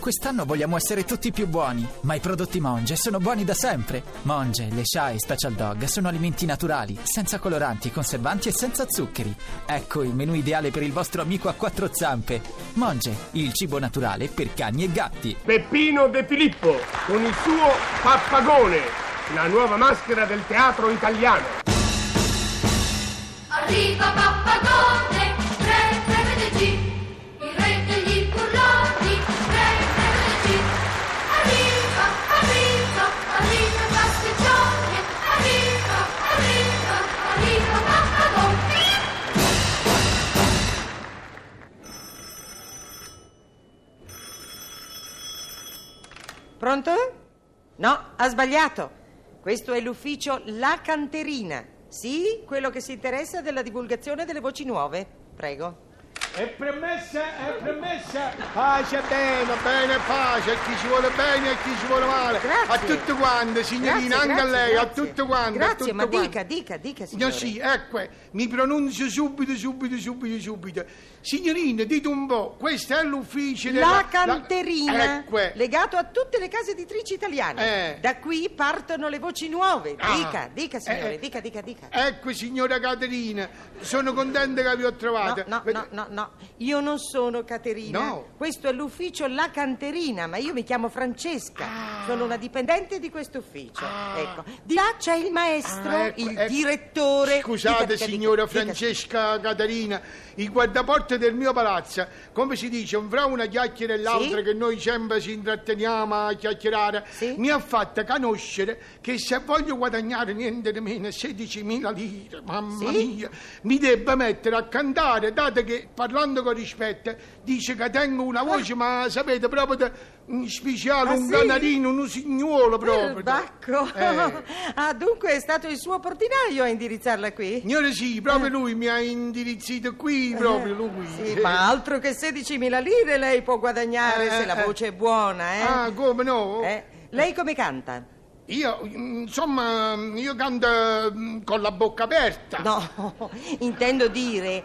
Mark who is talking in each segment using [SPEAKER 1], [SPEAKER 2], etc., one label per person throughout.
[SPEAKER 1] Quest'anno vogliamo essere tutti più buoni, ma i prodotti Monge sono buoni da sempre. Monge, le Shy e Special Dog sono alimenti naturali, senza coloranti, conservanti e senza zuccheri. Ecco il menù ideale per il vostro amico a quattro zampe. Monge, il cibo naturale per cani e gatti.
[SPEAKER 2] Peppino De Filippo con il suo Pappagone, la nuova maschera del teatro italiano.
[SPEAKER 3] Arriva pappagone, re, prevedeci, il re degli burloni, re, prevedeci. Arriva, arriva, arriva pasticcione, arriva, arriva, arriva pappagone.
[SPEAKER 4] Pronto? No, ha sbagliato. Questo è l'ufficio La Canterina. Sì, quello che si interessa della divulgazione delle voci nuove. Prego.
[SPEAKER 5] È premessa, è premessa.
[SPEAKER 6] Pace bene, bene pace, a chi ci vuole bene e a chi ci vuole male.
[SPEAKER 4] Grazie.
[SPEAKER 6] A tutte quante, signorina,
[SPEAKER 4] Grazie,
[SPEAKER 6] anche a
[SPEAKER 4] grazie,
[SPEAKER 6] lei, a
[SPEAKER 4] grazie.
[SPEAKER 6] tutte quante. a
[SPEAKER 4] Grazie,
[SPEAKER 6] tutte
[SPEAKER 4] ma
[SPEAKER 6] quante.
[SPEAKER 4] dica, dica, dica,
[SPEAKER 6] No,
[SPEAKER 4] signore.
[SPEAKER 6] sì, ecco, eh, mi pronuncio subito, subito, subito, subito. Signorina, dite un po', questo è l'ufficio della...
[SPEAKER 4] La canterina,
[SPEAKER 6] Ecco, eh.
[SPEAKER 4] legato a tutte le case editrici italiane.
[SPEAKER 6] Eh.
[SPEAKER 4] Da qui partono le voci nuove.
[SPEAKER 6] Ah.
[SPEAKER 4] Dica, dica, signore,
[SPEAKER 6] Eh.
[SPEAKER 4] dica, dica, dica.
[SPEAKER 6] ecco, signora Caterina, sono contenta che vi ho trovata.
[SPEAKER 4] No, no,
[SPEAKER 6] Vede-
[SPEAKER 4] no, no, no, io non sono Caterina.
[SPEAKER 6] No.
[SPEAKER 4] Questo è l'ufficio La Canterina, ma io mi chiamo Francesca.
[SPEAKER 6] Ah.
[SPEAKER 4] Sono una dipendente di questo ufficio. Ecco. Di là c'è il maestro,
[SPEAKER 6] Ah, ecco,
[SPEAKER 4] il
[SPEAKER 6] ecco.
[SPEAKER 4] direttore.
[SPEAKER 6] Scusate,
[SPEAKER 4] Dica, dica,
[SPEAKER 6] signora
[SPEAKER 4] dica, dica.
[SPEAKER 6] Francesca Caterina, il guardaporte del mio palazzo, come si dice, un fra una chiacchiera e l'altra
[SPEAKER 4] Sì?
[SPEAKER 6] che noi sempre ci intratteniamo a chiacchierare,
[SPEAKER 4] Sì?
[SPEAKER 6] mi ha fatta conoscere che se voglio guadagnare niente di meno 16.000 lire, mamma
[SPEAKER 4] Sì?
[SPEAKER 6] mia, mi debba mettere a cantare, dato che parlando con rispetto dice che tengo una voce, ma sapete, proprio da- un speciale,
[SPEAKER 4] Ah,
[SPEAKER 6] un
[SPEAKER 4] sì? Eh,
[SPEAKER 6] canarino, un signuolo proprio.
[SPEAKER 4] Perbacco.
[SPEAKER 6] Eh.
[SPEAKER 4] Ah, dunque è stato il suo portinaio a indirizzarla qui?
[SPEAKER 6] Signore sì, proprio lui mi ha indirizzato qui, proprio lui.
[SPEAKER 4] Eh. Sì, ma altro che 16.000 lire lei può guadagnare
[SPEAKER 6] Eh,
[SPEAKER 4] se
[SPEAKER 6] eh,
[SPEAKER 4] la
[SPEAKER 6] eh.
[SPEAKER 4] voce è buona, eh?
[SPEAKER 6] Ah, come no?
[SPEAKER 4] Eh, Lei come canta?
[SPEAKER 6] Io, insomma, io canto mm, con la bocca aperta.
[SPEAKER 4] No, intendo dire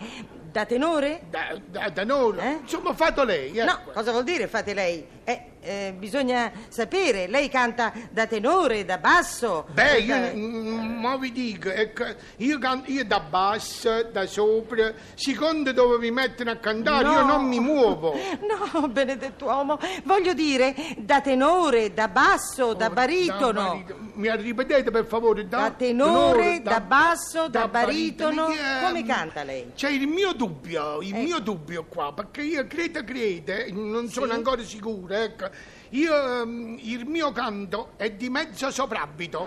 [SPEAKER 4] da tenore?
[SPEAKER 6] Da, da, da noi.
[SPEAKER 4] Eh?
[SPEAKER 6] Insomma, fatto lei.
[SPEAKER 4] No,
[SPEAKER 6] ecco.
[SPEAKER 4] cosa vuol dire fate lei? Eh, eh, bisogna sapere, lei canta da tenore, da basso.
[SPEAKER 6] Beh, io,
[SPEAKER 4] da-
[SPEAKER 6] mm, mo vi dico, ecco, io, can- io da basso, da sopra, secondo dove mi mettono a cantare, io
[SPEAKER 4] No.
[SPEAKER 6] non mi muovo.
[SPEAKER 4] No, benedetto uomo, voglio dire da tenore, da basso, da
[SPEAKER 6] Oh, Da
[SPEAKER 4] baritono.
[SPEAKER 6] barito- Mi ripetete per favore?
[SPEAKER 4] Da tenore, da basso, da baritono. Come canta lei?
[SPEAKER 6] C'è il mio dubbio, il
[SPEAKER 4] Ecco.
[SPEAKER 6] mio dubbio qua, perché io credo, crede, non sono
[SPEAKER 4] Sì.
[SPEAKER 6] ancora sicuro, ecco. Io, ehm, il mio canto è di mezzo soprabito,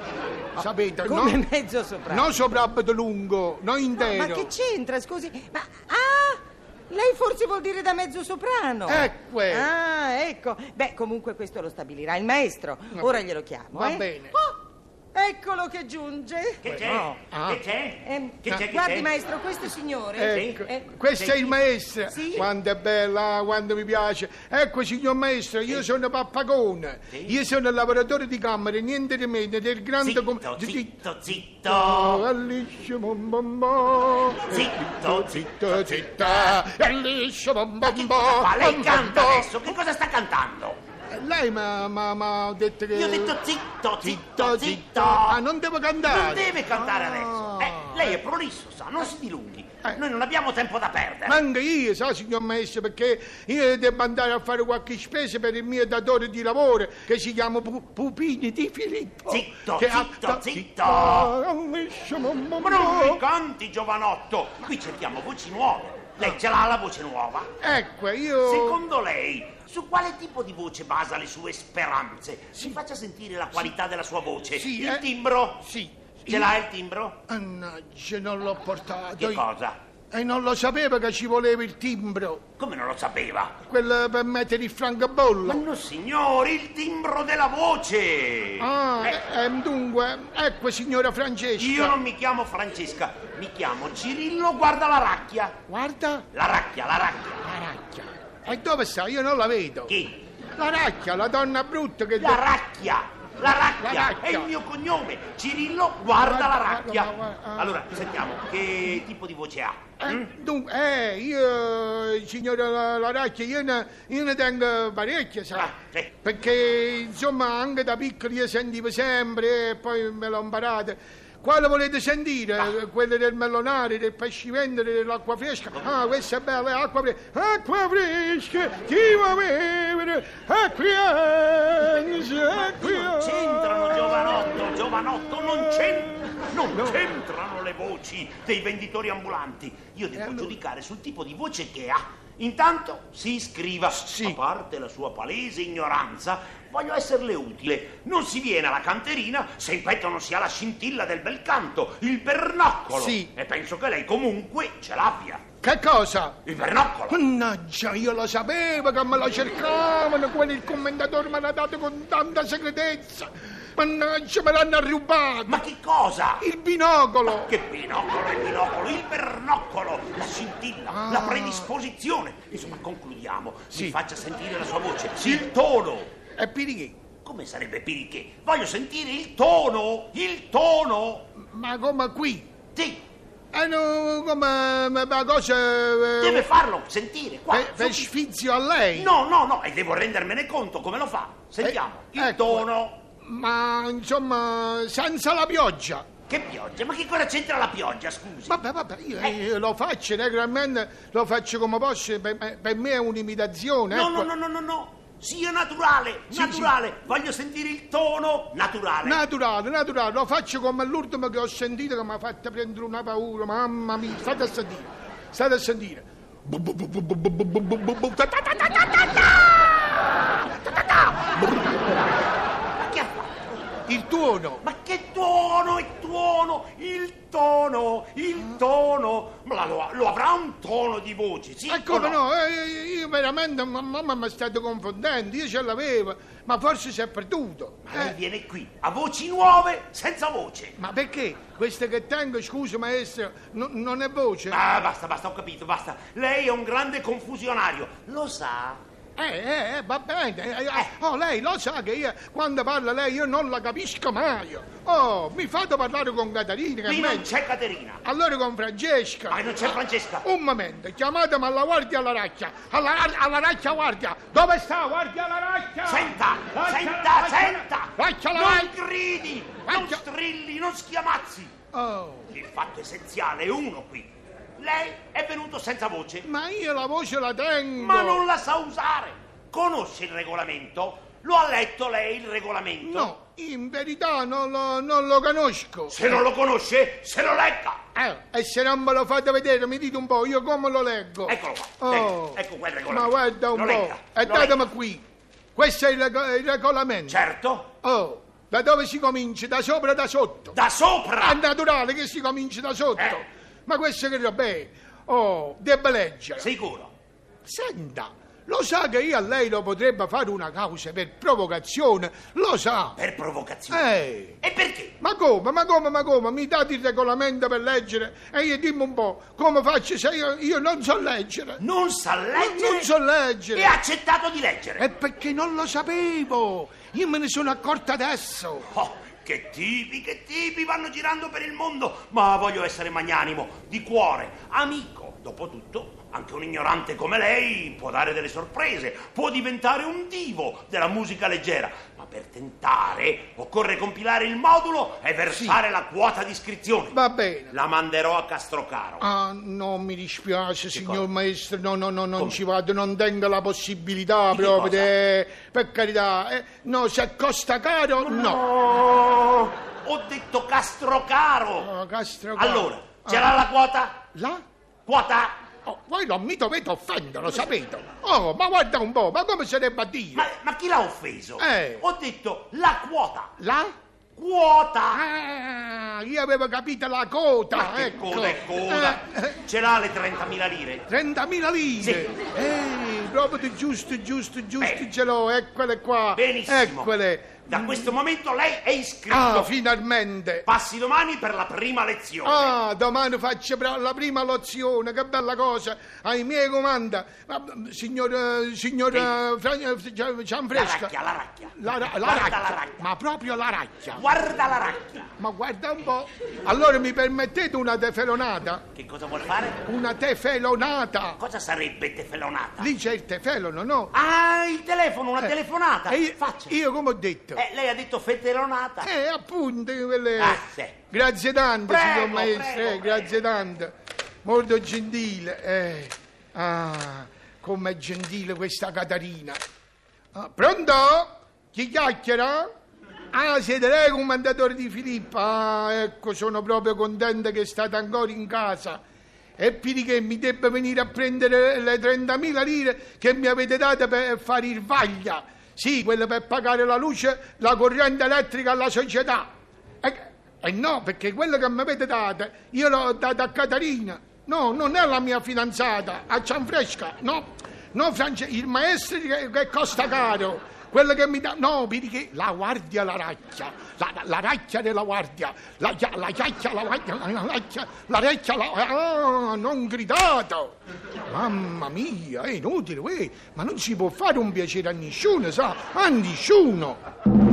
[SPEAKER 6] sapete?
[SPEAKER 4] Ah, Come
[SPEAKER 6] no?
[SPEAKER 4] mezzo sopra.
[SPEAKER 6] Non soprabito lungo, non
[SPEAKER 4] No,
[SPEAKER 6] intero.
[SPEAKER 4] ma che c'entra, scusi? Ma ah! Lei forse vuol dire da mezzo soprano.
[SPEAKER 6] Ecco.
[SPEAKER 4] Ah, ecco. Beh, comunque questo lo stabilirà il maestro. Ora glielo chiamo,
[SPEAKER 6] Va
[SPEAKER 4] eh.
[SPEAKER 6] bene.
[SPEAKER 4] Oh, eccolo che giunge.
[SPEAKER 5] Che c'è?
[SPEAKER 4] No.
[SPEAKER 6] Ah.
[SPEAKER 5] Che c'è?
[SPEAKER 4] Ehm,
[SPEAKER 5] Che c'è, che
[SPEAKER 4] guardi,
[SPEAKER 5] c'è?
[SPEAKER 4] maestro, questo signore.
[SPEAKER 6] Ecco,
[SPEAKER 4] eh,
[SPEAKER 6] questo è il maestro.
[SPEAKER 4] Sì.
[SPEAKER 6] Quanto è bella, quanto mi piace. Ecco, signor maestro, io sono Pappagone. Io sono il lavoratore di camera, niente di meno, del grande...
[SPEAKER 5] Zitto,
[SPEAKER 6] com- di- di-
[SPEAKER 5] zitto, zitto.
[SPEAKER 6] È liscio bom bom bom.
[SPEAKER 5] Zitto,
[SPEAKER 6] Zitta, zitta. È liscio bom
[SPEAKER 5] Ma
[SPEAKER 6] bom
[SPEAKER 5] che
[SPEAKER 6] bom.
[SPEAKER 5] cosa fa? Lei
[SPEAKER 6] bom,
[SPEAKER 5] canta
[SPEAKER 6] bom.
[SPEAKER 5] adesso? Che cosa sta cantando?
[SPEAKER 6] Eh, Lei ma ma- ma ha detto che...
[SPEAKER 5] Io ho detto zitto,
[SPEAKER 6] Zitto,
[SPEAKER 5] zitto, zitto.
[SPEAKER 6] Ah, non devo cantare.
[SPEAKER 5] Non deve cantare adesso.
[SPEAKER 6] Ah.
[SPEAKER 5] Eh, lei è prolisso, sa, non si dilunghi.
[SPEAKER 6] Eh.
[SPEAKER 5] Noi non abbiamo tempo da
[SPEAKER 6] Ma
[SPEAKER 5] perdere.
[SPEAKER 6] anche io, sa, signor maestro, perché io devo andare a fare qualche spesa per il mio datore di lavoro che si chiama Pu- Pupini di Filippo.
[SPEAKER 5] Zitto,
[SPEAKER 6] che
[SPEAKER 5] zitto, zitto.
[SPEAKER 6] Non mi sciamo, mamma.
[SPEAKER 5] Ma non mi canti, giovanotto. Qui cerchiamo voci nuove. Lei ce l'ha la voce nuova?
[SPEAKER 6] Ecco, io...
[SPEAKER 5] Secondo lei, su quale tipo di voce basa le sue speranze? Si faccia sentire la qualità della sua voce.
[SPEAKER 6] Sì,
[SPEAKER 5] il
[SPEAKER 6] eh.
[SPEAKER 5] timbro?
[SPEAKER 6] Sì.
[SPEAKER 5] Ce l'ha il timbro?
[SPEAKER 6] Annaggia, non l'ho portato.
[SPEAKER 5] Che cosa?
[SPEAKER 6] E non lo sapevo che ci voleva il timbro,
[SPEAKER 5] Come non lo sapeva?
[SPEAKER 6] quello per mettere il francobollo.
[SPEAKER 5] Ma no, signori, il timbro della voce!
[SPEAKER 6] Ah,
[SPEAKER 5] Eh,
[SPEAKER 6] eh, ehm, dunque, ecco signora Francesca.
[SPEAKER 5] io non mi chiamo Francesca, mi chiamo Cirillo Guarda la racchia.
[SPEAKER 6] Guarda,
[SPEAKER 5] La racchia, la racchia.
[SPEAKER 6] la racchia. E dove sta? Io non la vedo.
[SPEAKER 5] Chi?
[SPEAKER 6] La racchia, la donna brutta che...
[SPEAKER 5] La racchia! La racchia,
[SPEAKER 6] La Racchia.
[SPEAKER 5] è il mio cognome. Cirillo guarda la
[SPEAKER 6] Guarda, guarda,
[SPEAKER 5] racchia.
[SPEAKER 6] ah.
[SPEAKER 5] Allora, sentiamo, che tipo di voce ha?
[SPEAKER 6] Eh, dunque, eh, io, signora Laracchia, io ne, io ne tengo parecchie, sa.
[SPEAKER 5] Ah, sì.
[SPEAKER 6] Perché, insomma, anche da piccolo io sentivo sempre eh, e poi me l'ho imparata. Quale volete sentire? Quelle del mellonare, del pescivendere, dell'acqua fresca? Ah, questa è bella, è acqua fresca. Acqua fresca, chi va a bere? Acquianza,
[SPEAKER 5] Non
[SPEAKER 6] acquianza.
[SPEAKER 5] c'entrano, giovanotto, giovanotto, non c'entrano. Non c'entrano le voci dei venditori ambulanti. Io devo giudicare sul tipo di voce che ha. Intanto si iscriva. A parte la sua palese ignoranza, voglio esserle utile. Non si viene alla canterina se in petto non si ha la scintilla del bel canto, il bernoccolo.
[SPEAKER 6] Sì.
[SPEAKER 5] E penso che lei comunque ce l'abbia.
[SPEAKER 6] Che cosa?
[SPEAKER 5] Il bernoccolo.
[SPEAKER 6] Mannaggia, io lo sapevo che me lo cercavano, quello il commentatore me l'ha dato con tanta segretezza. Mannaggia, me l'hanno rubato.
[SPEAKER 5] Ma che cosa?
[SPEAKER 6] Il binocolo.
[SPEAKER 5] Che binocolo, il binocolo, il bernoccolo, la scintilla,
[SPEAKER 6] Ah.
[SPEAKER 5] la predisposizione. Insomma, concludiamo. Mi faccia sentire la sua voce. Il tono.
[SPEAKER 6] E pirichì.
[SPEAKER 5] Come sarebbe piriché? Voglio sentire il tono, il tono.
[SPEAKER 6] Ma come qui?
[SPEAKER 5] Sì,
[SPEAKER 6] Eh no, come ma- ma cosa. eh,
[SPEAKER 5] deve farlo sentire qua.
[SPEAKER 6] Per, per
[SPEAKER 5] subito.
[SPEAKER 6] sfizio a lei?
[SPEAKER 5] No, no, no, e devo rendermene conto come lo fa. Sentiamo,
[SPEAKER 6] Eh,
[SPEAKER 5] il
[SPEAKER 6] ecco.
[SPEAKER 5] tono.
[SPEAKER 6] Ma insomma, senza la pioggia.
[SPEAKER 5] Che pioggia, ma che cosa c'entra la pioggia, scusi?
[SPEAKER 6] Vabbè, vabbè, io,
[SPEAKER 5] Eh.
[SPEAKER 6] io lo faccio, naturalmente lo faccio come posso, per, me- per me è un'imitazione. ecco.
[SPEAKER 5] No, no, no, no, no, no. Sia naturale,
[SPEAKER 6] Sì,
[SPEAKER 5] naturale. Voglio sentire il tono naturale.
[SPEAKER 6] Naturale, naturale, lo faccio come l'ultimo che ho sentito che mi ha fatto prendere una paura, mamma mia, state a sentire, state a sentire. Bu- bu- bu- bu- bu- bu- bu- bu- bu- bu- bu- ta- ta- ta- ta- ta-
[SPEAKER 5] Ma che ha fatto?
[SPEAKER 6] Il tuono,
[SPEAKER 5] Ma che tono è tuono! Il tono! Il tono! Ma la- lo, lo avrà un tono di voce, sì?
[SPEAKER 6] e
[SPEAKER 5] o
[SPEAKER 6] Ah, come no, eh, io veramente, ma- mamma mi state confondendo, io ce l'avevo, ma forse si è perduto.
[SPEAKER 5] Ma lei
[SPEAKER 6] Eh,
[SPEAKER 5] viene qui a voci nuove, senza voce.
[SPEAKER 6] ma perché? Questa che tengo, scusi maestro, no- non è voce?
[SPEAKER 5] Ah, basta, basta, ho capito, basta. Lei è un grande confusionario, lo sa.
[SPEAKER 6] Eh, eh, eh, va bene. eh, eh, oh, lei lo sa che io, quando parla lei io non la capisco mai. Oh, mi fate parlare con Caterina, che è
[SPEAKER 5] Qui non
[SPEAKER 6] meglio. Ah.
[SPEAKER 5] c'è Caterina.
[SPEAKER 6] Allora con Francesca.
[SPEAKER 5] Ma non c'è Francesca.
[SPEAKER 6] Un momento, chiamatemi alla guardia alla racchia. Alla, alla racchia guardia. Dove sta guardia alla racchia?
[SPEAKER 5] Senta,
[SPEAKER 6] Racchia,
[SPEAKER 5] senta,
[SPEAKER 6] racchia,
[SPEAKER 5] senta!
[SPEAKER 6] Racchia alla
[SPEAKER 5] Non
[SPEAKER 6] racchia.
[SPEAKER 5] gridi, non
[SPEAKER 6] Racchia.
[SPEAKER 5] strilli, non schiamazzi.
[SPEAKER 6] Oh,
[SPEAKER 5] Il fatto essenziale è uno qui. Lei è venuto senza voce.
[SPEAKER 6] ma io la voce la tengo.
[SPEAKER 5] Ma non la sa usare! Conosce il regolamento? Lo ha letto lei il regolamento?
[SPEAKER 6] No, in verità non lo, non lo conosco.
[SPEAKER 5] Se non lo conosce, se lo legga!
[SPEAKER 6] Eh, e se non me lo fate vedere, mi dite un po', io come lo leggo?
[SPEAKER 5] Eccolo qua,
[SPEAKER 6] Oh.
[SPEAKER 5] ecco, ecco quel
[SPEAKER 6] Ma
[SPEAKER 5] regolamento.
[SPEAKER 6] guarda un
[SPEAKER 5] Lo
[SPEAKER 6] po',
[SPEAKER 5] legga,
[SPEAKER 6] e
[SPEAKER 5] lo
[SPEAKER 6] datemi
[SPEAKER 5] legga.
[SPEAKER 6] qui. Questo è il, rego- il regolamento.
[SPEAKER 5] Certo,
[SPEAKER 6] Oh, da dove si comincia? Da sopra o da sotto?
[SPEAKER 5] da sopra!
[SPEAKER 6] È naturale che si cominci da sotto.
[SPEAKER 5] Eh.
[SPEAKER 6] Ma questo che roba è? Oh, debba leggere.
[SPEAKER 5] Sicuro.
[SPEAKER 6] Senta, lo sa che io a lei lo potrebbe fare una causa per provocazione, lo sa.
[SPEAKER 5] Per provocazione.
[SPEAKER 6] Eh.
[SPEAKER 5] E perché?
[SPEAKER 6] Ma come, ma come, ma come? Mi date il regolamento per leggere? E io dimmi un po', come faccio se io, io non so leggere?
[SPEAKER 5] Non sa leggere
[SPEAKER 6] Non, non so
[SPEAKER 5] e
[SPEAKER 6] leggere!
[SPEAKER 5] ha accettato di leggere.
[SPEAKER 6] È perché non lo sapevo! Io me ne sono accorta adesso!
[SPEAKER 5] Oh, che tipi, che tipi vanno girando per il mondo! Ma voglio essere magnanimo, di cuore, amico. Dopotutto, anche un ignorante come lei può dare delle sorprese, può diventare un divo della musica leggera. Ma per tentare occorre compilare il modulo e versare la quota di iscrizione.
[SPEAKER 6] Va bene.
[SPEAKER 5] La manderò a Castrocaro.
[SPEAKER 6] Ah, no, mi dispiace, signor
[SPEAKER 5] cosa?
[SPEAKER 6] maestro, no, no, no, non
[SPEAKER 5] Come?
[SPEAKER 6] ci vado, non tengo la possibilità
[SPEAKER 5] Di che
[SPEAKER 6] proprio,
[SPEAKER 5] cosa?
[SPEAKER 6] de- per carità, eh, no, se costa caro, no.
[SPEAKER 5] Oh, ho detto Castrocaro!
[SPEAKER 6] Oh, Castro, guarda.
[SPEAKER 5] Allora, ce
[SPEAKER 6] Ah,
[SPEAKER 5] l'ha la quota?
[SPEAKER 6] là?
[SPEAKER 5] Quota?
[SPEAKER 6] Oh, voi non mi dovete offendere, lo sapete. Oh, ma guarda un po', ma come sarebbe a dire?
[SPEAKER 5] Ma, ma chi l'ha offeso?
[SPEAKER 6] Eh.
[SPEAKER 5] Ho detto la quota.
[SPEAKER 6] Là?
[SPEAKER 5] Quota.
[SPEAKER 6] Ah, io avevo capito la cota,
[SPEAKER 5] Ma che
[SPEAKER 6] ecco.
[SPEAKER 5] coda è coda.
[SPEAKER 6] Eh, eh,
[SPEAKER 5] Ce l'ha le 30.000 lire.
[SPEAKER 6] 30.000 lire! Eh,
[SPEAKER 5] Sì.
[SPEAKER 6] Ehi, proprio di giusto, giusto, giusto
[SPEAKER 5] Bene.
[SPEAKER 6] ce l'ho, eccole qua!
[SPEAKER 5] Benissimo.
[SPEAKER 6] Eccole!
[SPEAKER 5] Da questo momento lei è iscritto.
[SPEAKER 6] Ah, finalmente!
[SPEAKER 5] Passi domani per la prima lezione.
[SPEAKER 6] Ah, domani faccio pra- la prima lezione, che bella cosa! Ai miei comanda, Ma, signor, signor eh, Fra- eh, Gian-
[SPEAKER 5] la
[SPEAKER 6] Gianfresca.
[SPEAKER 5] racchia, la racchia.
[SPEAKER 6] La, ra- la
[SPEAKER 5] Guarda
[SPEAKER 6] racchia.
[SPEAKER 5] la racchia.
[SPEAKER 6] ma proprio la racchia.
[SPEAKER 5] Guarda la racchia.
[SPEAKER 6] Ma guarda un po'. Allora mi permettete una tefelonata?
[SPEAKER 5] Che cosa vuol fare?
[SPEAKER 6] Una tefelonata!
[SPEAKER 5] Cosa sarebbe tefelonata?
[SPEAKER 6] Lì c'è il tefelono, no?
[SPEAKER 5] Ah, il telefono, una telefonata.
[SPEAKER 6] Eh. E io,
[SPEAKER 5] Faccia.
[SPEAKER 6] io come ho detto?
[SPEAKER 5] Eh, lei ha detto fetelonata.
[SPEAKER 6] Eh, appunto, quelle...
[SPEAKER 5] Ah, sì.
[SPEAKER 6] Grazie tante,
[SPEAKER 5] Prego,
[SPEAKER 6] signor maestro,
[SPEAKER 5] prego,
[SPEAKER 6] eh, grazie tante. Molto gentile, eh. Ah, com'è gentile questa Catarina. Ah, pronto? Chi chiacchiera? Ah, siete lei comandatore di Filippa? Ah, ecco, sono proprio contenta che state ancora in casa. E più che mi debba venire a prendere le 30.000 lire che mi avete date per fare il vaglia. Sì, quelle per pagare la luce, la corrente elettrica alla società. E, e Eh, no, perché quello che mi avete dato, io l'ho dato a Caterina. No, non è la mia fidanzata, a Cianfresca, no. No, France- il maestro che, che costa caro. Quello che mi dà... No, vedi che la guardia la racchia, la, la- la racchia della guardia, la, chia- la chiacchia, la guardia, la racchia, la racchia, la... Ah, non gridato! Mamma mia, è inutile, uè, ma non si può fare un piacere a nessuno, sa? A nessuno!